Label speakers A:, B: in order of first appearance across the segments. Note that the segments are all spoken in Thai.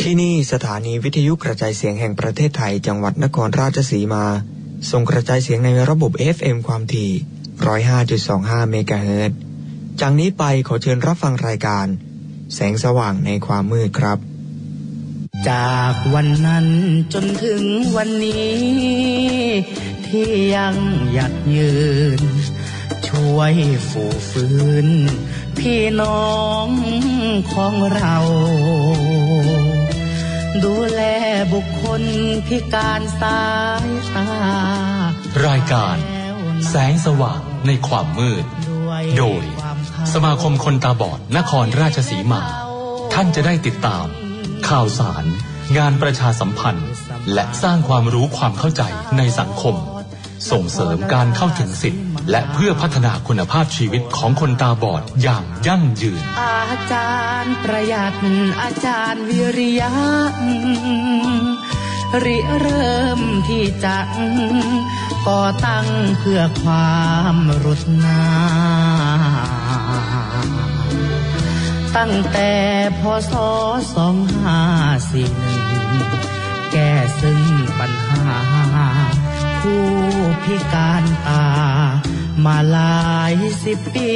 A: ที่นี่สถานีวิทยุกระจายเสียงแห่งประเทศไทยจังหวัดนครราชสีมา ส่งกระจายเสียงในระบบ FM ความถี่ 105.25 เมกะเฮิรตซ์จากนี้ไปขอเชิญรับฟังรายการ แสงสว่างในความมืดครับ
B: จากวันนั้นจนถึงวันนี้ ที่ยังหยัดยืน ช่วยฝูฟื้น พี่น้องของเรา ดูแลบุคคลพิการสายตาร
C: ายการ แสงสว่างในความมืด โดย สมาคมคนตาบอดนครราชสีมา ท่านจะได้ติดตาม ข่าวสาร งานประชาสัมพันธ์ และสร้างความรู้ความเข้าใจในสังคม ส่งเสริมการเข้าถึงสิทธิและเพื่อพัฒนาคุณภาพชีวิตของคนตาบอดอย่างยั่งยืน
B: อาจารย์ประหยัดอาจารย์วิริยะริเริ่มที่จะก่อตั้งเพื่อความรุดหนา ตั้งแต่พศสองห้าสี่หนึ่งแก้ซึ่งปัญหา ผู้พิการตา มาหลายสิบปี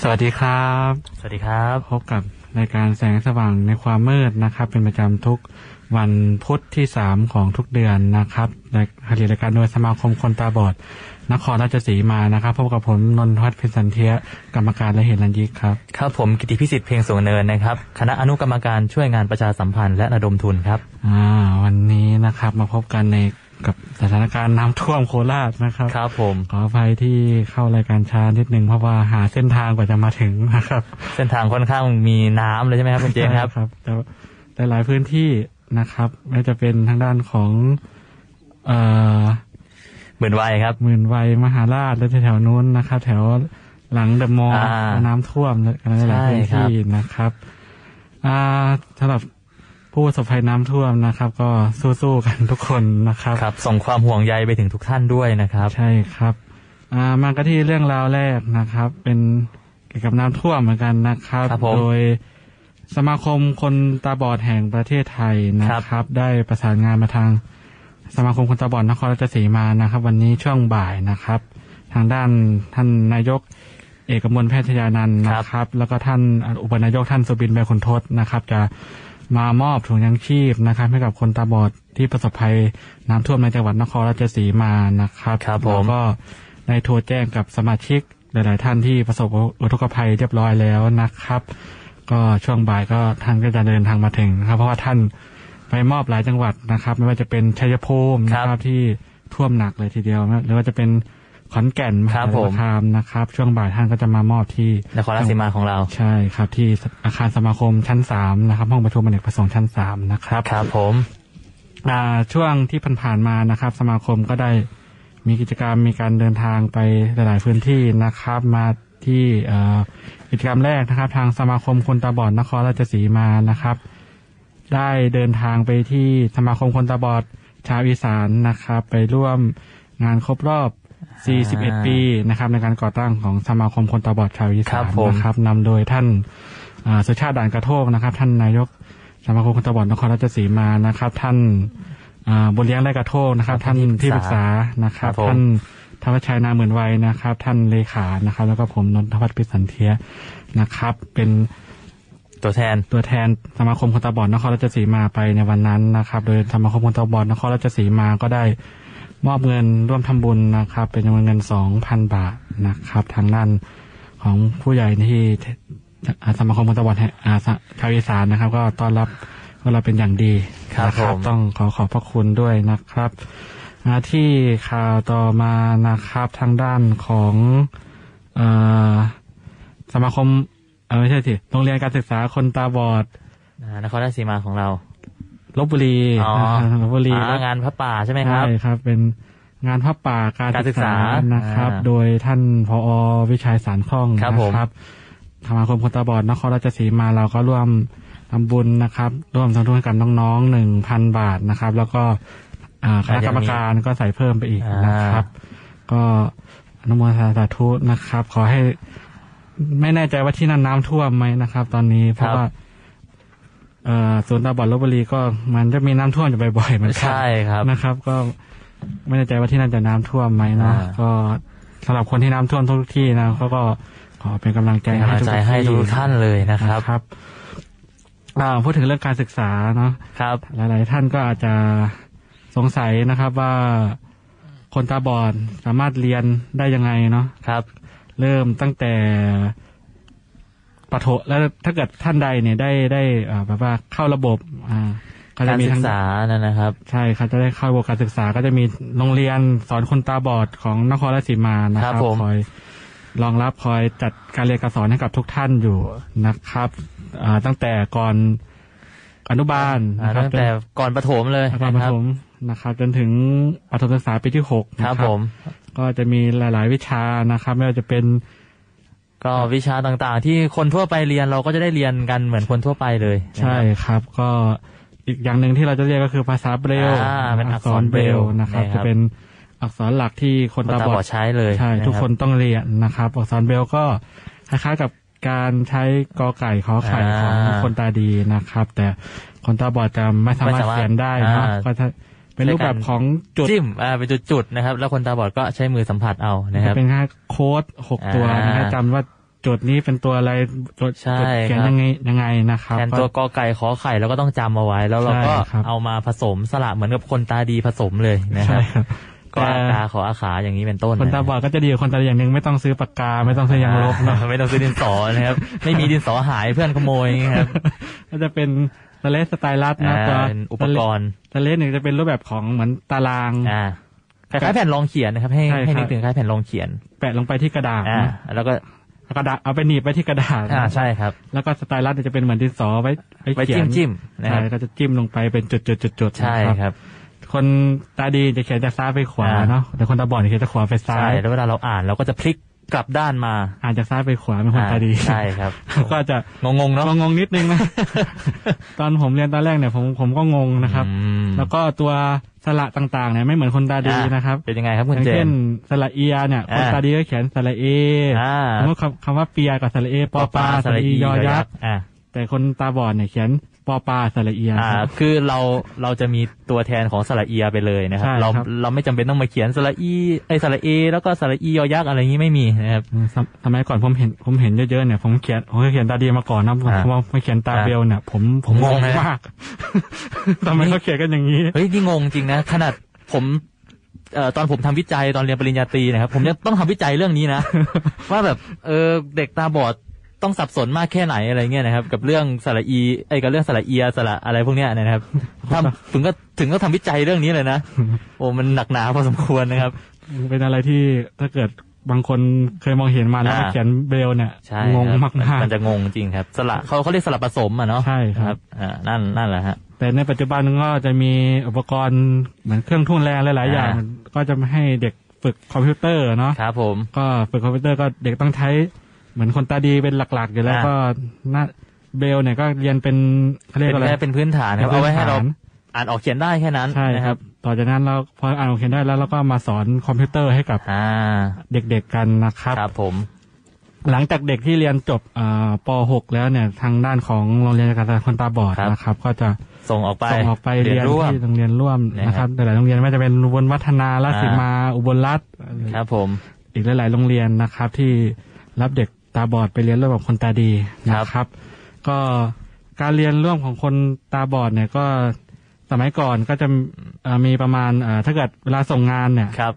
D: สวัสดีครับ
E: สวัสดีครับ
D: พบกับรายการแสงสว่างในความมืดนะครับ เป็นประจำทุกวันพุธที่ 3 ของทุกเดือนนะครับและผลิตรายการโดยสมาคมคนตาบอด นครราชสีมานะครับ พบกับผมนนทวัฒน์เพ็ญสันเทียกรรมการและเหตุรันยิกครับ
E: ครับผมกิติพิสิทธิ์เพียงสูงเนินนะครับ คณะอนุกรรมการช่วยงานประชาสัมพันธ์และระดมทุนครับ
D: อ่า วันนี้นะครับมาพบกันในกับสถานการณ์น้ำท่วมโคราชนะครับ
E: ครับผม
D: ขออภัยที่เข้ารายการช้านิดนึงเพราะว่าหาเส้นทางกว่าจะมาถึงนะครับ
E: เส้นทางค่อนข้างมีน้ำเลยใช่ไหมครับคุณเจนครับ
D: ใช่แต่แต่หลายพื้นที่นะครับไม่ว่าจะเป็นทางด้านของ เอ่อ
E: เหมือนไวยครับ
D: หมื่นวัยมหาราชและแถวๆนู้นนะครับ แถวหลังเดอะมอลล์
E: อ่า
D: น้ำท่วมและหลายๆพื้นที่นะครับ อ่าสำหรับผู้ประสบภัยน้ำท่วมนะครับ ก็สู้ๆกันทุกคนนะครับ
E: ครับ ส่งความห่วงใยไปถึงทุกท่านด้วยนะครับ
D: ใช่ครับ อ่ามากันที่เรื่องราวแรกนะครับ เป็นเกี่ยวกับน้ำท่วมเหมือนกันนะครับ
E: ครับผม
D: โดยสมาคมคนตาบอดแห่งประเทศไทยนะค
E: ครั
D: รับ
E: บ
D: ได้ประสานงานมาทาง สมาคมคนตาบอดนครราชสีมานะครับ วันนี้ช่วงบ่ายนะครับ ทางด้านท่านนายก เอกมลแพทยานันท์นะครับ แล้วก็ท่านอุปนายกท่านสุบินแบคุณทศนะครับ จะมามอบถุงยังชีพนะครับ ให้กับคนตาบอดที่ประสบภัยน้ำท่วมในจังหวัดนครราชสีมานะครับ
E: ครับผม
D: แล้วก็ได้โทรแจ้งกับสมาชิกหลาย ๆ ท่านที่ประสบอุทกภัยเรียบร้อยแล้วนะครับ ก็ช่วงบ่ายก็ท่านก็จะเดินทางมาถึงนะครับ เพราะว่าท่านไปมอบหลายจังหวัดนะครับ ไม่ว่าจะเป็นชัยภูมินะค
E: ครั
D: รับบ ที่ท่วมหนักเลยทีเดียวนะหรือว่าจะเป็นขอนแก่นม
E: ครั
D: หา
E: บ
D: สา
E: ผม
D: รคามนะครับ ช่วงบ่ายท่านก็จะมามอบที่
E: นครราชสีมาของเรา
D: ใช่ครับ ที่อาคารสมาคมชั้นสามนะครับ ห้องประชุมอเนกประสงค์ชั้นสามนะครับ
E: ครับผม
D: อ่าช่วงที่ผ่านๆมานะครับ สมาคมก็ได้มีกิจกรรมมีการเดินทางไปหลาย ๆ พื้นที่นะครับ มาที่เอ่อกิจกรรมแรกนะครับ ทางสมาคมคนตาบอดนครราชสีมานะครับ ได้เดินทางไปที่สมาคมคนตาบอดชาวอีสานนะครับ ไปร่วมงานครบรอบ 41 ปีนะครับ ในการก่อตั้งของสมาคมคนตาบอดชาวอี
E: ครั
D: สาน
E: บผม
D: นะครับนำโดยท่านอ่าสุชาติด่านกระโทกนะครับ ท่านนายก สมาคมคนตาบอดนครราชสีมานะครับ ท่านอ่าบนเลี้ยงและกระโทกนะครับ
E: ครับ
D: ท่านที่ป
E: ปรึ
D: รึก
E: ก
D: ษา
E: ษา
D: นะครับ
E: ครับผม
D: ท่านธวัชชัยนาเหมือนไวยนะครับ ท่านเลขานะครับ แล้วก็ผมนนทวัฒน์ปิสันเทียนะครับ เป็น
E: ตัวแทน
D: ตัวแทนสมาคมคนตาบอดนครราชสีมาไปในวันนั้นนะครับ โดยสมาคมคนตาบอดนครราชสีมาก็ได้มอบเงินร่วมทำบุญนะครับ เป็นจำนวนเงินสองพันบาทนะครับ ทางด้านของผู้ใหญ่ที่ อ่าสมาคมคนตาบอดแห่งอ่าสะชาวอีสานนะครับ ก็ต้อนรับพวกเราเป็นอย่างดี
E: ครับ
D: นะ
E: ผม
D: ต้องขอขอบพระคุณด้วยนะครับอ่าที่ข่าวต่อมานะครับทางด้านของเออสมาคมเอ่อไม่ใช่สิโรงเรียนการศึกษาคนตาบอด
E: อ่านครราชสีมาของเรา
D: ลบบุรี
E: อ๋อ
D: นะครับลบบุรี
E: อ่า
D: แล้ว
E: งานพระป่าใช่ไหมครับ
D: ใช่ครับ เป็นงานผ้าป่าการ
E: การ
D: ศึ
E: ศึ
D: ก
E: กษา
D: ษานะครับ
E: อ่า
D: โดยท่านพอวิชัยสารคล่อง
E: ครับผม
D: นะครับสมาคมคนตาบอดนครราชสีมาเราก็ร่วมทำบุญนะครับ ร่วมทำบุญกับน้องๆหนึ่งพันบาทนะครับ แล้วก็อ่าคณะกรรมการก็ใส่เพิ่มไปอีก
E: อ่าน
D: นะครับ ก็อนุโมทนาสาธุนะครับ ขอให้ ไม่แน่ใจว่าที่นั่นน้ำท่วมไหมนะครับ ตอนนี้เพราะ
E: ครับ
D: ว่าเอ่อศูนย์ตาบอดลบบุรีก็มันจะมีน้ำท่วมอยู่บ่อยๆเหมือนกัน
E: ใช่ครับ
D: นะครับ ก็ไม่แน่ใจว่าที่นั่นจะน้ำท่วมไหมนะ
E: อ่า
D: ก็สำหรับคนที่น้ำท่วมทุกที่นะเขาก็ขอเป็นกำลังใจ
E: เป็นกำลังใจให้
D: ให้ทุ
E: ทุ
D: ก
E: ก
D: ๆที่
E: ท่านเลยนะครับ
D: นะครับอ่าพูดถึงเรื่องการศึกษาเนาะ
E: ครับ
D: หลาย ๆ ท่านก็อาจจะสงสัยนะครับว่าคนตาบอดสามารถเรียนได้ยังไงเนาะ
E: ครับ
D: เริ่มตั้งแต่ปฐมแล้วถ้าเกิดท่านใดเนี่ยได้ได้เอ่อแบบว่าเข้าระบบอ่าก็จะ
E: การ
D: มี
E: ศึ
D: ทั้
E: ก
D: ง
E: ษานั่นนะครับ
D: ใช่ครับจะได้เข้าระบบการศึกษาก็จะมีโรงเรียนสอนคนตาบอดของนครราชสีมานะค
E: ครั
D: รับบ
E: ผม
D: คอยรองรับคอยจัดการเรียนการสอนให้กับทุกท่านอยู่นะครับอ่าตั้งแต่ก่อนอนุบาล
E: อ่า
D: นะครับ
E: ตั้งแต่ก่อนประถมเลย
D: อา
E: นะ
D: กาป
E: ครั
D: ฐ
E: บ
D: มนะครับ จนถึงประถมศึกษาปีที่หก
E: ครับ
D: นะ
E: ผม
D: ก็จะมีหลาย ๆ วิชานะครับ ไม่ว่าจะเป็น
E: ก็วิชาต่างๆ ที่คนทั่วไปเรียนเราก็จะได้เรียนกันเหมือนคนทั่วไปเลยนะค
D: ใช่
E: รับ
D: ครับ ก็อีกอย่างหนึ่งที่เราจะเรียกก็คือภาษาเบรล
E: อ่าเป็นอักษรเบรล
D: นะครับ
E: นะครับ
D: จะเป็นอักษรหลักที่ค
E: คน น
D: ตา
E: ตา
D: บบอ
E: อ
D: ด
E: ดใช้เลย
D: ใช่
E: ะรับ
D: ทุกคนต้องเรียนนะครับ อักษรเบรลก็คล้ายๆกับการใช้กอไก่ขอไข่ของคนตาดีนะครับ แต่คนตาบอดจะไม่สามารถเขียนได้เนอะก็จะเป็นรูปแบบของจุด
E: จิ้มอ่าเป็นจุดๆนะครับ แล้วคนตาบอดก็ใช้มือสัมผัสเอานะครับ
D: เป็นค่าโค้ดหก
E: อ่า
D: ตัวนะครับจำว่าโจทย์นี้เป็นตัวอะไรโจทย์
E: ใช่
D: โจทย์เขียน
E: ครับ
D: ยังไงยังไงนะครับ
E: แทนตัว
D: ก็
E: กอไก่ขอไข่แล้วก็ต้องจำเอาไว้ แล้วเราก็
D: ใช่ครับ
E: เอามาผสมสละเหมือนกับคนตาดีผสมเลยนะค
D: ใช่
E: รับ
D: ครับ
E: ก็อา
D: แต่
E: กาขออาขาอย่างนี้เป็นต้น
D: คนตาบอดก็จะดีกว่าคนตาดีอย่างหนึ่งไม่ต้องซื้อปากกา ไม่ต้องซื้อยางลบเนอะ
E: ไม่ต้องซื้อดินสอนะครับ ไม่มีดินสอหายเพื่อนขโมยนะครับ
D: ก็จะเป็นสเลสสไตลัสนะตัว
E: อ่าเป็นอุปกรณ์
D: สเลสหนึ่งจะเป็นรูปแบบของเหมือนตาราง
E: อ่าคล้ายๆแผ่นรองเขียนนะครับ ให้
D: ใช่ครับ
E: ให้นึกถึงคล้ายแผ่นรองเขียน
D: แปะลงไปที่กระดาษ
E: อ่า
D: นะ
E: แล้วก็
D: เอากระดาษเอาไปหนีบไปที่กระดาษ
E: อ่าใช่ครับ
D: แล้วก็สไตลัสเนี่ยจะเป็นเหมือนดินสอไว้
E: ไป
D: เขีย
E: จิ้
D: น
E: มจิ้มนะค
D: ใช่
E: รับ
D: ก็จะจิ้มลงไปเป็นจุดๆๆๆ
E: ใช่
D: นะครับ
E: ครับ
D: คนตาดีจะเขียนจากซ้ายไปขวา
E: อ่า
D: เนาะแต่คนตาบอดจะเขียนจากขวาไปซ้า
E: ใช่
D: ย
E: แล้วเวลาเราอ่านเราก็จะพลิกกลับด้านมา
D: อ่านจากซ้ายไปขวาเป็นคน
E: อ่า
D: ตาดี
E: ใช่ครับ
D: ก็จะ
E: งงๆเนาะ
D: งงๆนิดนึงนะ ตอนผมเรียนตอนแรกเนี่ยผมผมก็งงนะครับ
E: อืม
D: แล้วก็ตัวสระต่างๆเนี่ยไม่เหมือนคนตาดีนะครับ
E: เป็นยังไงครับ
D: อ
E: คุณ
D: ย่าง
E: เจ
D: เช่น
E: น
D: สระเอียเนี่ย คน
E: อ่า
D: ตาดีก็เขียนสระเอ
E: อ่า
D: สมมติคำคำว่าเปียกับสระเอปอปลาสระอียอยักษ์
E: อ่า
D: แต่คนตาบอดเนี่ยเขียนปอปลาสระเอีย
E: อ่า
D: ครับ
E: คือเราเราจะมีตัวแทนของสระเอียไปเลยนะครับ
D: ใช่
E: เรา
D: ครับ
E: เราไม่จำเป็นต้องมาเขียนสระอีไอยสระเอ แล้วก็สระอียอยักษ์อะไรอย่างนี้ไม่มีนะครับ
D: สมสมัยก่อนผมเห็นผมเห็นเยอะๆเนี่ยผมเขียนผมเคยเขียนตาดีมาก่อนนะผม
E: อ่า
D: ผมผมเขียนตา
E: อ่า
D: เบลเนี่ยผมผม
E: ง
D: ง
E: ง
D: ง
E: เลย
D: มาก ทำไมเขาเขียนกันอย่างนี้
E: เฮ้ยนี่งงจริงนะ ขนาดผมเอ่อตอนผมทำวิจัยตอนเรียนปริญญาตรีนะครับ ผมยังต้องทำวิจัยเรื่องนี้ นะ ว่าแบบเออเด็กตาบอดต้องสับสนมากแค่ไหนอะไรเงี้ยนะครับ กับเรื่องสระอีไอยกับเรื่องสระเอียสระอะไรพวกเนี้ยนะครับทำ ถึงก็ถึงก็ทำวิจัยเรื่องนี้เลย นะ โอ้มันหนักหนาพอสมควรนะครับ
D: เป็นอะไรที่ถ้าเกิดบางคนเคยมองเห็นมาแล้ว
E: อ่า
D: มาเขียนเบลเนี่ย
E: ใช่
D: งง
E: ครับ
D: มาก
E: นจะงงจริงครับสละเขาเขาเรียกสละผสมอ่ะเนาะ
D: ใช่ครับ
E: อ่านั่นนั่นแหละฮะ
D: ๆ แต่ในปัจจุบันก็จะมีอุปกรณ์เหมือนเครื่องทุ่นแรงหลายๆอย่าง
E: อ่า
D: ก็จะให้เด็กฝึกคอมพิวเตอร์เนาะ
E: ครับผม
D: ก็ฝึกคอมพิวเตอร์ก็เด็กต้องใช้เหมือนคนตาดีเป็นหลักๆ อยู่แล้ว
E: อ่า
D: ก็น่าเบลเนี่ยก็เรียนเป็นเขาเรีย
E: เป็
D: ก
E: น
D: อะไร
E: แค่เป็นพื้นฐานครับ
D: เป็นพื้
E: เอา
D: น
E: ไว้ให้เรา
D: ฐาน
E: อ่านออกเขียนได้แค่นั้น
D: ใช่
E: นะ
D: ค
E: ค
D: รั
E: รับ บ
D: ต่อจากนั้นเราพออ่านโอเคได้แล้วเราก็มาสอนคอมพิวเตอร์ให้กับ
E: อ่า
D: เด็กๆกันนะครับ
E: ครับผม
D: หลังจากเด็กที่เรียนจบเอ่อป .6 แล้วเนี่ยทางด้านของโรงเรียนการศึกษาคนตาบอด
E: ครับ
D: นะครับ ก็จะ
E: ส่งออกไป
D: ส่งออกไปเรียน
E: ร่วม
D: ที่โรงเรียนร่วมนะ
E: นะ
D: ค
E: ครั
D: รับบ หลายๆโรงเรียนไม่ว่าจะเป็นอุบลวัฒนาราชสี
E: อ่าม
D: มาอุบลรัฐ
E: ครับผม
D: อีกหลายๆโรงเรียนนะครับ ที่รับเด็กตาบอดไปเรียนร่วมกับคนตาดีนะครับ ก็การเรียนร่วมของคนตาบอดเนี่ยก็สมัยก่อนก็จะเอ่อมีประมาณเอ่อถ้าเกิดเวลาส่งงานเนี่ย
E: ครับ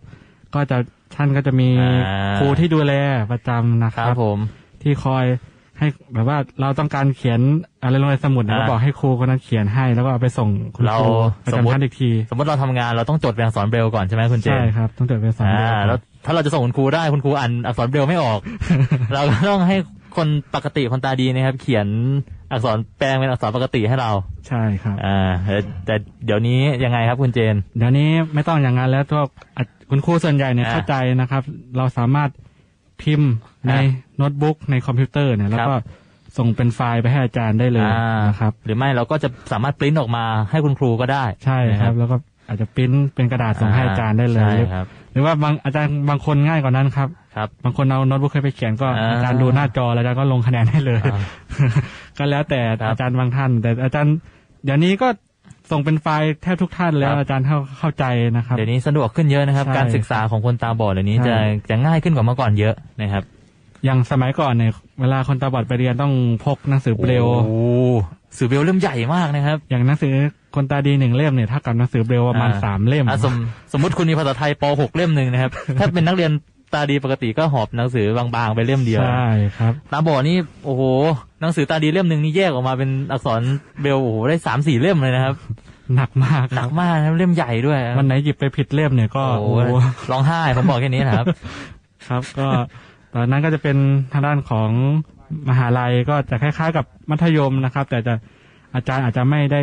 D: ก็จะท่านก็จะมี
E: อ่า
D: ครูที่ดูแลประจำนะ
E: ค
D: ค
E: รั
D: รั
E: บบ ผม
D: ที่คอยให้แบบว่าเราต้องการเขียนอะไรลงในสมุดเนี่ย
E: อ่า
D: ก็บอกให้ครูคนนั้นเขียนให้ แล้วก็เอาไปส่งคุณ
E: เรา
D: ครูประ
E: สมมุ
D: จำ
E: ติ
D: ท่านอีกที
E: สมมติเราทำงานเราต้องจดเป็นอักษรเบรลก่อนใช่ไหมคุณเจ
D: ใช่
E: น
D: ครับ ต้องจดไปสอน
E: อ่า
D: เดียวก่อน
E: แล้วถ้าเราจะส่งคุณครูได้คุณครูอ่านอักษรเบรลไม่ออก เราก็ต้องให้คนปกติคนตาดีนะครับ เขียนอักษรแปลงเป็นอักษรปกติให้เรา
D: ใช่ครับ
E: อ่าแต่แต่เดี๋ยวนี้ยังไงครับคุณเจน
D: เดี๋ยวนี้ไม่ต้องอย่างนั้นแล้วตัวอ่ะคุณครูส่วนใหญ่เนี่ย
E: อ่า
D: เข้าใจนะครับ เราสามารถพิมพ์ใน
E: อ่า
D: โน้ตบุ๊กในคอมพิวเตอร์เนี่ยแล้ว
E: ครับ
D: ก็ส่งเป็นไฟล์ไปให้อาจารย์ได้เลย
E: อ่า
D: นะครับ
E: หรือไม่เราก็จะสามารถปริ้นออกมาให้คุณครูก็ได้
D: ใช่ครับ
E: นะ
D: แล้วก็ อาจจะปริ้นเป็นกระดาษส่งให้อาจารย์ได้เลย
E: ใช่ครับ
D: หรือว่าบางอาจารย์บางคนง่ายกว่านั้นครับ
E: ครับ
D: บางคนเอาโน้ตบุ๊กให้ไปเขียนก็
E: อ่า
D: อาจารย์ดูหน้าจอแล้วอาจารย์ก็ลงคะแนนให้เลย
E: อ่า
D: ก็แล้วแต่
E: ครับ
D: อาจารย์บางท่าน แต่อาจารย์เดี๋ยวนี้ก็ส่งเป็นไฟล์แทบทุกท่านแล้ว
E: ครับ
D: อาจารย์เข้าเข้าใจนะครับ
E: เดี๋ยวนี้สะดวกขึ้นเยอะนะครับ
D: ใช่
E: การศึกษาของคนตาบอดเดี๋ยวนี้
D: ใช่
E: จะจะง่ายขึ้นกว่าเมื่อก่อนเยอะนะครับ
D: อย่างสมัยก่อนเนี่ยเวลาคนตาบอดไปเรียนต้องพกหนังสือเปลว
E: โอ้โหสื่อเบลเล่มใหญ่มากนะครับ
D: อย่างหนังสือคนตาดีหนึ่งเล่มเนี่ยเท่ากับหนังสือเปลวประมาณ
E: อ่
D: สามเล่ม
E: อ่ะสมสมมติคุณมีภาษาไทยป .6 เล่มหนึ่งนะครับ ถ้าเป็นนักเรียนตาดีปกติก็หอบหนังสือบางๆไปเล่มเดียว
D: ใช่ครับ
E: ตาบอดนี่โอ้โหหนังสือตาดีเล่มหนึ่งนี่แยกออกมาเป็นอักษรเบลโอ้โหได้สามสี่เล่มเลยนะครับ
D: หนักมาก
E: หนักมากนะครับเล่มใหญ่ด้วย
D: วันไหนหยิบไปผิดเล่มเนี่ยก็
E: โอ้
D: โอ้
E: โห
D: โห
E: ร้องไห้ผมบอกแค่นี้นะครับ
D: ครับก็ ตอนนั้นก็จะเป็นทางด้านของมหาลัยก็จะคล้าย ๆ กับมัธยมนะครับ แต่จะอาจารย์อาจจะไม่ได้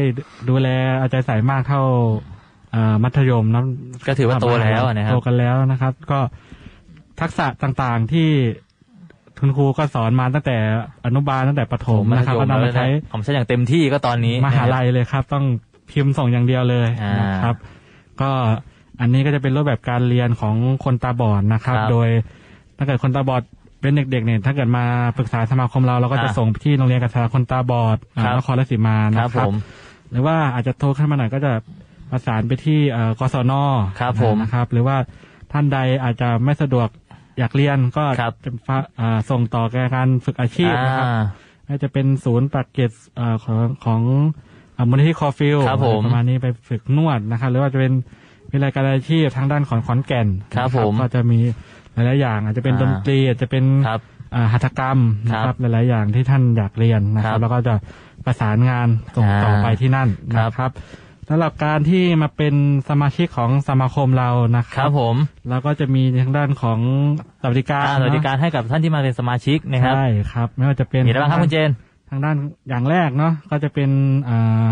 D: ดูแลเอาใจใส่มากเท่าเอ่อมัธยมนะ
E: ก็ถือว่าโตแล้วนะครับ
D: โตกันแล้วนะครับ ก็ทักษะต่างๆที่คุณครูก็สอนมาตั้งแต่อนุบาลตั้งแต่ประถมนะครับก็นำมาใช้
E: ผมใช้อย่างเต็มที่ก็ตอนนี้
D: มหาลัยเลยครับ ต้องพิมพ์ส่งอย่างเดียวเลย
E: อ่าน
D: นะครับ ก็อันนี้ก็จะเป็นรูปแบบการเรียนของคนตาบอดนะครับ
E: ครับ
D: โดยถ้าเกิดคนตาบอดเป็นเด็กๆเนี่ยถ้าเกิดมาปรึกษาสมาคมเราเราก็จะ
E: อ่า
D: ส่งไปที่โรงเรียนการศึกษาคนตาบอดอ่า
E: ครับ
D: นครราชสีมา
E: ค
D: นะ
E: รับ
D: ค
E: ผ
D: รับ
E: ม
D: หรือว่าอาจจะโทรเข้ามาหน่อยก็จะประสานไปที่เอ่อกศน
E: ครับผม
D: นะครับ หรือว่าท่านใดอาจจะไม่สะดวกอยากเรียนก็
E: ครับ
D: จะฝากอ่าส่งต่อแกการฝึกอาชีพนะครับ
E: อ่า
D: น่าจะเป็นศูนย์ปากเกร็ดเอ่อของของอ่ามูลนิธิคอฟิล
E: ครับผม
D: ประมาณนี้ไปฝึกนวดนะครับ หรือว่าจะเป็นวิทยาการอาชีพทางด้านของขอนแก่น
E: ครับ
D: นะ
E: ผม
D: ก็จะมีหลายๆอย่าง อาจจะเป็น
E: อ่า
D: ดนตรีอาจจะเป็น
E: ครับ
D: อ่าหัตถกรรมนะค
E: ครั
D: รั
E: บบ
D: หลายๆอย่างที่ท่านอยากเรียนนะค
E: ค
D: รั
E: รับ บ
D: แล้วก็จะประสานงานส่งต่ออาไปที่นั่น
E: ครั
D: นะ
E: บ
D: ครับสำหรับการที่มาเป็นสมาชิกของสมาคมเรานะค
E: ค
D: รั
E: รับผม
D: แล้วก็จะมีทางด้านของสวัสดิการ
E: อ่าสวัสดิการให้กับท่านที่มาเป็นสมาชิกนะครับ
D: ใช่ครับ ไม่ว่าจะเป็น
E: มีอะไรบ้างครับคุณเจน
D: ทางด้านอย่างแรกเนาะก็จะเป็นอ่า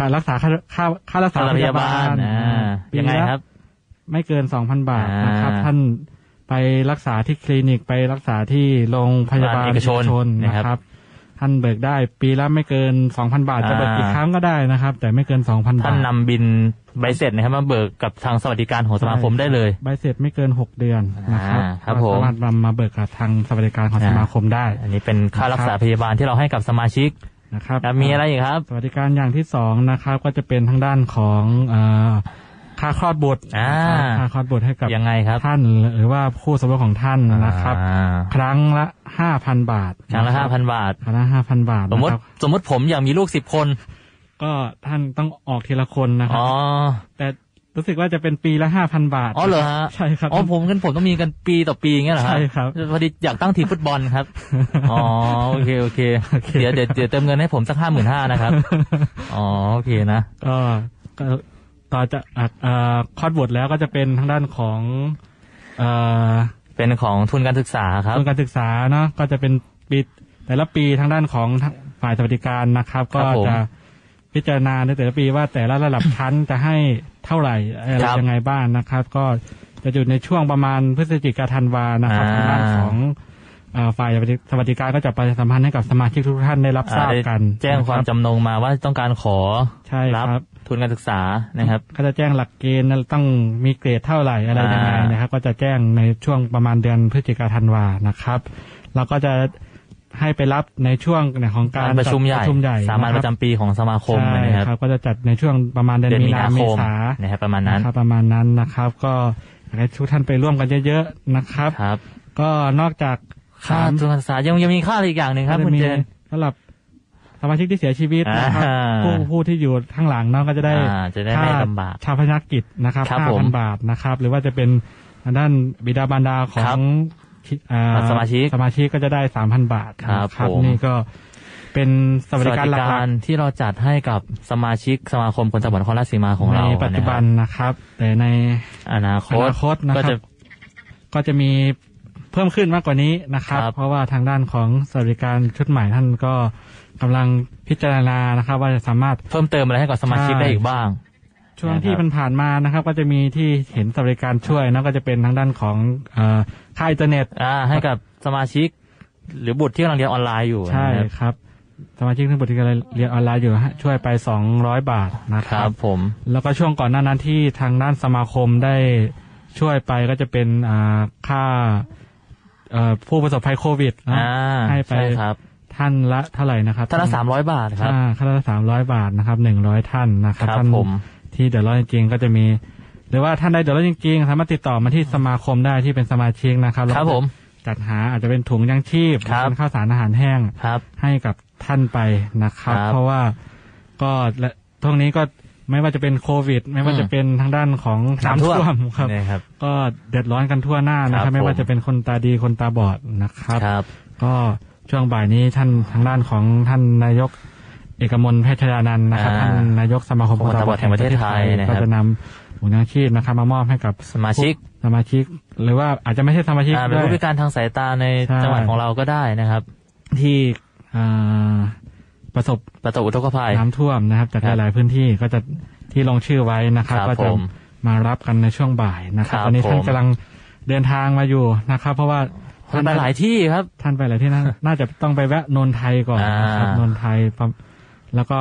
D: การรักษาค่าค่าค่ารักษา
E: สถาน
D: พยาย
E: พา
D: บา
E: บา
D: ล
E: ลอ่า
D: ปี
E: ยังไง
D: ละ
E: ครับ
D: ไม่เกินสองพันบาท
E: อ่าน
D: นะครับ ท่านไปรักษาที่คลินิกไปรักษาที่โรงพยาบาล
E: เอกชน
D: นะ
E: นะ
D: ค
E: ครั
D: รับ
E: บ
D: ท่านเบิกได้ปีละไม่เกินสองพันบาทจะเบิก
E: อ่า
D: กี่ครั้งก็ได้นะครับ แต่ไม่เกินสองพันบาท
E: ท่านนำบินใบเสร็จนะครับมาเบิกกับทางสวัสดิการของสมาคม
D: ใช่
E: ได้เลย
D: ใบเสร็จไม่เกินหกเดือนนะครับ
E: อ่าครับ
D: ก็
E: ผม
D: สามารถนำมาเบิกกับทางสวัสดิการของ
E: อ่า
D: สมาคมได้
E: อันนี้เป็นค่ารักษาพยาบาลที่เราให้กับสมาชิก
D: นะครับ
E: แล้วมีอะไรอีกครับ
D: สวัสดิการอย่างที่สองนะครับก็จะเป็นทางด้านของเออค่าคลอดบุตร
E: อ่า
D: ค่าคลอดบุตรให้กับ
E: ยังไงครับ
D: ท่านหรือว่าคู่สมรสของท่านนะครับ
E: อ่า
D: ครั้งละห้าพันบาท
E: ครั้งละห้าพันบาท
D: ครั้งละห้าพันบาท
E: สมมติ
D: นะครับ
E: สมมติผมอยากมีลูกสิบคน
D: ก็ท่านต้องออกทีละคนนะครั
E: อ๋อ
D: แต่รู้สึกว่าจะเป็นปีละห้าพันบาท
E: อ๋อเหรอฮะ
D: ใช่ครับ
E: อ๋อผมกันผมต้องมีกันปีต่อปีอย่างเงี้ยเหรอฮะ
D: ใช่ครับ
E: พอดีอยากตั้งทีมฟุตบอลครับ อ๋อโอเคโอเค เดี๋ยวเดี๋ยวเดี๋ยวเติมเงินให้ผมสักห้าหมื่นห้านะครับ อ๋อโอเคนะ
D: ก็ก็ต่อจะอ่ะเอ่อคลอดบุตรแล้วก็จะเป็นทางด้านของเอ่อ
E: เป็นของทุนการศึกษาครับ
D: ส่วนการศึกษาเนาะก็จะเป็นปีแต่ละปีทางด้านของฝ่ายสวัสดิการนะครับ
E: ครั
D: ก็
E: บผม
D: จะพิจารณาในแต่ละปีว่าแต่ละระดับ ชั้นจะให้เท่าไหร่อะไร
E: ครับ
D: ยังไงบ้างนะครับ ก็จะอยู่ในช่วงประมาณพฤศจิกาธันวานะครับ
E: อ่า
D: ทางด้านของเอ่อฝ่ายสวัสดิการก็จะประชาสัมพันธ์ให้กับสมาชิกทุกท่านได้รับทราบ
E: ได้
D: กัน
E: แจ้งความ
D: นะรับ
E: จำนงมาว่าต้องการขอ
D: ใช่
E: รับ
D: ครับ
E: ทุนการศึกษานะครับ
D: ก็จะแจ้งหลักเกณฑ์ต้องมีเกรดเท่าไหร่อะไรยังไง
E: อ่าน
D: นะครับ ก็จะแจ้งในช่วงประมาณเดือนพฤศจิกาธันวานะครับ เราก็จะให้ไปรับในช่วงเนี่ยของกา
E: การ รประชุมใหญ่
D: จัดประชุมใหญ่
E: สามัญประจำปีของสมาคม
D: ใช่
E: นะครับ
D: ครับก็จะจัดในช่วงประมาณเดือน
E: เดือน
D: มี
E: มี
D: นา
E: นา
D: เม
E: คม
D: ษา
E: นะครับประมาณนั้น
D: นะครับประมาณนั้นนะครับ ก็อยากให้ทุกท่านไปร่วมกันเยอะๆนะครับ
E: ครับ
D: ก็นอกจาก
E: ค่าทุนการศึกษายังยังมีค่าอะไรอีกอย่างหนึ่งครับ
D: ก็
E: คุณ
D: จะมี
E: เจน
D: สำหรับสมาชิกที่เสียชีวิตนะครับ
E: อ่า
D: ผู้ผู้ที่อยู่ข้างหลังเนาะก็จะได้
E: อ่าจะได้ไม่ลำบาก
D: ชาพนักกิจนะครับ
E: ครับผม
D: 5,000 บาทนะครับ หรือว่าจะเป็นทางด้านบิดาบารดาขอ
E: ครั
D: ง
E: บ
D: เอ่อ
E: สมาชิก
D: สมาชิกก็จะได้ 3,000 บาท
E: ครับ
D: นะ
E: ผม
D: นี่ก็เป็นส
E: ส
D: วัส
E: วัส
D: ดิ
E: ดิ
D: การหลั
E: การ
D: ก
E: ที่เราจัดให้กับสมาชิกสมาคมคนตาบอดนครราชสีมาของ
D: ๆใน
E: เรา
D: ปัจจุบันนะครับ แต่ใน
E: นะครับอนา
D: อนา
E: คต
D: คตนะ
E: ก็
D: ครั
E: จะ
D: บ ก็จะมีเพิ่มขึ้นมากกว่านี้นะครับ
E: ครับ
D: เพราะว่าทางด้านของสวัสดิการชุดใหม่ท่านก็กำลังพิจารณานะครับ ว่าจะสามารถ
E: เพิ่มเติมอะไรให้กับสมาชิก
D: ใช่
E: ได้อีกบ้าง
D: ช่วง
E: นะครับ
D: ที่มันผ่านมานะครับ ก็จะมีที่เห็นสวัสดิการช่วยนะก็จะเป็นทางด้านของเอ่อค่าอินเทอร์เน็ต
E: ่าให้กับสมาชิก หรือบุตรที่กำลังเรียนออนไลน์อยู่
D: ใช่
E: นะครับ
D: ครับ สมาชิกทั้งหมดที่กำลังเรียนออนไลน์อยู่ฮะช่วยไป 200 บาทนะค
E: ค
D: รั
E: รับ บผม
D: แล้วก็ช่วงก่อนหน้านั้นที่ทางด้านสมาคมได้ช่วยไปก็จะเป็นอ่าค่าเอ่อผู้ประสบภัยโควิดนะ
E: อ่า
D: ให้ไป
E: ใช่ครับ
D: ท่านละท่านละเท่าไหร่นะครับ
E: ท่านละสามร้อยบาทครับ
D: อ่าท่านละสามร้อยบาทนะครับหนึ่งร้อยท่านนะครับ
E: ครับ
D: ท่าน
E: ผม
D: ที่เดือดร้อนจริงๆก็จะมี หรือว่าท่านใดเดือดร้อนจริงๆสามารถติดต่อมาที่สมาคมได้ที่เป็นสมาชิกนะครับ
E: ครับผม
D: จัดหาอาจจะเป็นถุงยังชีพ
E: ครับ
D: เป็นข้าวสารอาหารแห้ง
E: ครับ
D: ให้กับท่านไปนะครับ
E: ครับ
D: เพราะว่าก็และตรงนี้ก็ไม่ว่าจะเป็นโควิด ไม่ว่า
E: อืม
D: จะเป็นทางด้านของน้ำท่วมครับ
E: นี่ครับ
D: ก็เดือดร้อนกันทั่วหน้านะค
E: ค
D: รั
E: รับ บ
D: ไม่ว่า
E: ผม
D: จะเป็นคนตาดีคนตาบอดนะครับ
E: ครับ
D: ก็ช่วงบ่ายนี้ท่านทางด้านของท่านนายก เอกมลแพทย์ชยานันท์นะครับ
E: อ่า
D: ท่านนายกสมาคม
E: คนตาบอดแห่งประเทศไทยนะครับ
D: ก็จะนำถุงยางชีพนะครับ มามอบให้กับ
E: สมาชิก
D: ผู้สมาชิก หรือว่าอาจจะไม่ใช่สมาชิก
E: อ่าเป็น
D: ด้วย
E: ผู้พิการทางสายตาใน
D: ใช่
E: จังหวัดของเราก็ได้นะครับ
D: ที่อ่าประสบ
E: ประสบอุทกภัย
D: น้ำท่วมนะครับจาก
E: ครับ
D: หลาย ๆ พื้นที่ก็จะที่ลงชื่อไว้นะครับ
E: ครับ
D: ก็จะ
E: ผม
D: มารับกันในช่วงบ่ายนะครับ
E: ครับ
D: ตอนนี้ท่าน
E: ผม
D: กำลังเดินทางมาอยู่นะครับ เพราะว่า
E: คนไปหลายที่ครับ
D: ท่านไปหลายที่ นะ น่าจะต้องไปแวะนนไทยก่อนนะครับ
E: อ่าน
D: นไทยปั๊บแล้วก็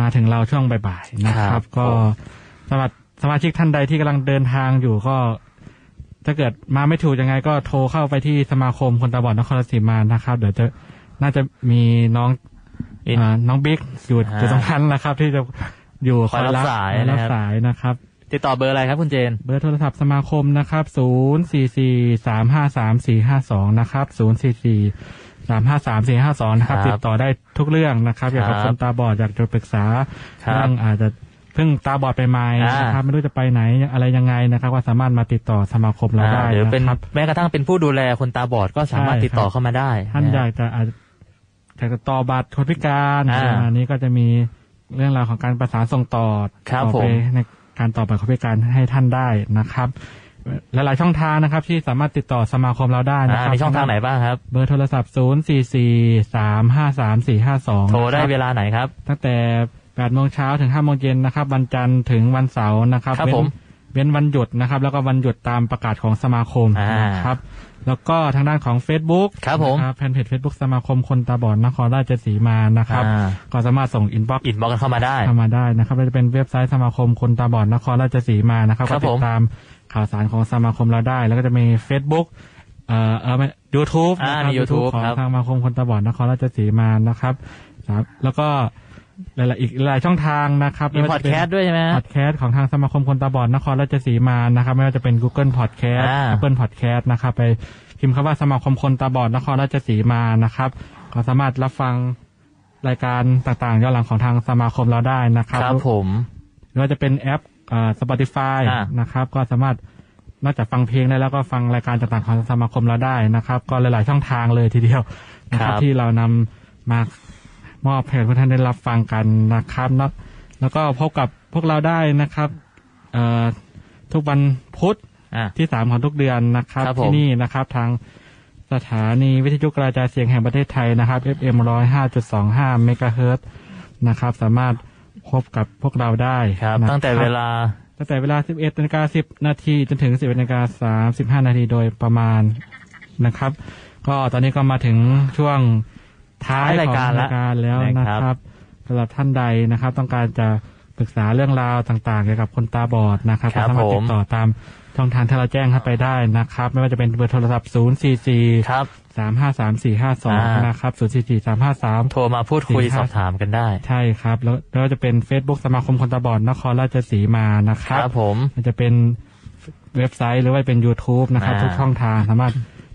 D: มาถึงเราช่วงบ่าย ๆ นะค
E: ค
D: รั
E: รับ บ
D: ก็สำหรับสมาชิกท่านใดที่กำลังเดินทางอยู่ก็ ถ้าเกิดมาไม่ถูกยังไงก็โทรเข้าไปที่สมาคมคนตาบอดนครราชสีมานะครับ เดี๋ยวจะน่าจะมีน้อง
E: อิน
D: อ่าน้องบิ๊กอยู่
E: อ่า
D: อยู่ตรงนั้นแหละครับ ที่จะอยู่
E: คอยรับสาย
D: คอรับ
E: นะครับ
D: สายนะครับ
E: ติดต่อเบอร์อะไรครับคุณเจน
D: เบอร์โทรศัพท์สมาคมนะครับ 0 4 4 3 5 3 4 5 2 นะครับ 0 4 4 3 5 3 4 5 2 นะครับ
E: ครับ
D: ติดต่อได้ทุกเรื่องนะครับอยากกับ
E: ครับ
D: คนตาบอดอยากจะปรึกษา
E: ครับ
D: เรื่องอาจจะเพิ่งตาบอดไปใหม่
E: อ่าน
D: นะครับ ไม่รู้จะไปไหนอะไรยังไงนะครับ ว่าสามารถมาติดต่อสมาคมเราได้
E: อ่าหรือเป็น
D: นะครับ
E: แม้กระทั่งเป็นผู้ดูแลคนตาบอดก็สามารถ
D: ใช่
E: ติดต่
D: ค
E: อ
D: รับ
E: เข้ามาได้
D: ท่าน
E: นะ
D: อ
E: ฮะ
D: ยากจะอาจอยากจะต่อบัตรคนพิการ
E: อ่า
D: ประมาณนี้ก็จะมีเรื่องราวของการประสานส่งต่อ
E: ครับ
D: ต่อ
E: ผ
D: ไป
E: ม
D: ในการต่อบัตรคนพิการให้ท่านได้นะครับหลายๆช่องทางนะครับ ที่สามารถติดต่อสมาคมเราได้นะ
E: อ่า
D: ครับ
E: มีช่องทางไหนบ้างครับ
D: เบอร์โทรศัพท์ 0 4 4 3 5 3 4 5 2
E: โทรได้เวลาไหนครับ
D: ตั้งแต่8โมงเช้าถึง5โมงเย็นนะครับ วันจันทร์ถึงวันเสาร์นะครับ
E: ครับ
D: เว้น
E: ผม
D: เว้นวันหยุดนะครับ แล้วก็วันหยุดตามประกาศของสมาคม
E: อ่าน
D: นะครับ แล้วก็ทางด้านของ Facebook
E: ครับผม
D: นะครับแฟนเพจ Facebook สมาคมคนตาบอดนครราชสีมานะครับ
E: อ่า
D: ก็สามารถส่งอินบ็อกซ์
E: อินบอกกันเข้ามาได้
D: เข้ามาได้นะครับก็จะเป็นเว็บไซต์สมาคมคนตาบอดนครราชสีมานะครับ
E: ค
D: ก็
E: รับ
D: ติ
E: ผ
D: ด
E: ม
D: ตามข่าวสารของสมาคมเราได้ แล้วก็จะมี Facebook เอ่อเออยูทูบ
E: อ่า
D: นะครับ
E: มี YouTube
D: YouTube ของ
E: ครับ
D: ทางสมาคมคนตาบอดนครราชสีมานะครับครับ แล้วก็หลายๆอีกหลายช่องทางนะครับ
E: มีพอดแคสต์ด้วยใช่ไหมฮะ
D: พอดแคสต์ของทางสมาคมคนตาบอดนครราชสีมานะครับ ไม่ว่าจะเป็น Google Podcast
E: อ่า
D: Apple Podcast นะครับ ไปพิมพ์คำว่าสมาคมคนตาบอดนครราชสีมานะครับ ก็สามารถรับฟังรายการต่างๆย้อนหลังของทางสมาคมเราได้นะครับ
E: ครับผม
D: หรือว่าจะเป็นแอปสปอติฟาย
E: อ่าน
D: นะครับ ก็สามารถนอกจากฟังเพลงได้แล้วก็ฟังรายการต่างๆของสมาคมเราได้นะครับ ก็หลาย ๆ ช่องทางเลยทีเดียวนะครับ ที่เรานำมามอบให้เพื่อท่านได้รับฟังกันนะครับเนอะแล้วก็พบกับพวกเราได้นะครับเอ่อทุกวันพุธ
E: อ่ะ
D: ที่สามของทุกเดือนนะครับ
E: ครับผม
D: ที่นี่นะครับ ทางสถานีวิทยุกระจายเสียงแห่งประเทศไทยนะครับ FM ร้อยห้าจุดสองห้าเมกะเฮิรตซ์นะครับ สามารถพบกับพวกเราได้
E: ครับ
D: นะ
E: ตั้งแต่เวลา
D: ตั้งแต่เวลา 11นาฬิกา10 นาทีจนถึง 11นาฬิกา35 นาทีโดยประมาณนะครับ ก็ตอนนี้ก็มาถึงช่วงท้าย
E: ท้ายรายการ
D: ของ
E: ละ
D: รายการแล้วนะ
E: นะ
D: ค
E: ครั
D: รับบ สำหรับท่านใดนะครับ ต้องการจะปรึกษาเรื่องราวต่างๆเกี่ยวกับคนตาบอดนะครับ
E: ค
D: ก็
E: รับ
D: สามารถติด
E: ผม
D: ต่อตามช่องทางที่เราแจ้งเข้าไปได้นะครับ ไม่ว่าจะเป็นเบอร์โทรศัพท์ 0 4 4
E: ครับ
D: 3 5 3 4 5 2 นะครับ 0 4 4 3 5
E: โทรมาพูดคุย
D: สี่ห้า
E: สอบถามกันได้
D: 3 ใช่ครับ แล้วแล้วก็จะเป็น Facebook สมาคมคนตาบอดนครราชสีมานะค
E: ค
D: รั
E: รั
D: บบ
E: ผม
D: มันจะเป็นเว็บไซต์หรือว่าเป็น YouTube นะครับ
E: อ่า
D: ทุกช่องทางสามารถ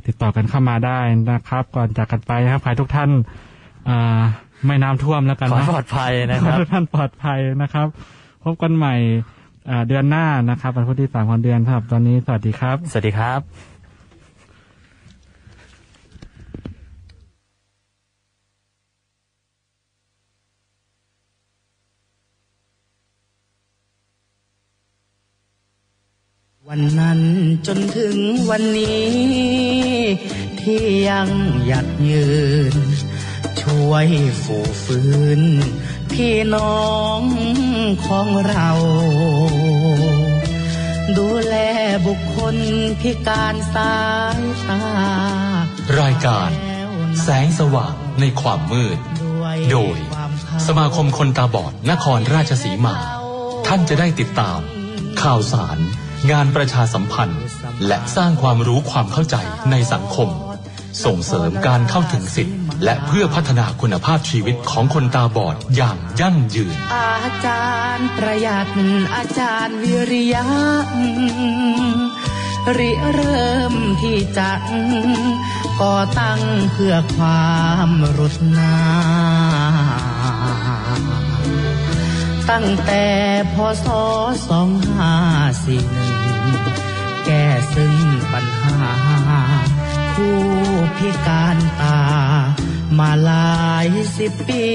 D: ติดต่อกันเข้ามาได้นะครับ ก่อนจากกันไปนะครับขอให้ทุกท่านอ่าไม่น้ำท่วมแล้วกัน
E: ขอให้
D: นะ
E: ปลอดภัยนะค
D: ขอ
E: รับ
D: ให้ทุกท่านปลอดภัยนะครับ พบกันใหม่อ่าเดือนหน้านะครับวันพุธที่สามของเดือนสำหรับตอนนี้สวัสดีครับ
E: สวัสดีครับ
B: วันนั้นจนถึงวันนี้ ที่ยังหยัดยืน ช่วยฝูฟืน พี่น้องของเรา ดูแลบุคคลพิการสายตาร
C: ายการ แสงสว่างในความมืด
B: ด้วย
C: โดย สมาคมคนตาบอดนครราชสีมา ท่านจะได้ติดตาม ข่าวสาร งานประชาสัมพันธ์ และสร้างความรู้ความเข้าใจในสังคม ส่งเสริมการเข้าถึงสิทธิ์ และเพื่อพัฒนาคุณภาพชีวิตของคนตาบอดอย่างยั่งยืน
B: อาจารย์ประหยัดอาจารย์วิริยะริเริ่มที่จะก่อตั้งเพื่อความรุดหนา ตั้งแต่พศสองห้าสี่หนึ่งแก้ซึ่งปัญหา ผู้พิการตามาหลายสิบปี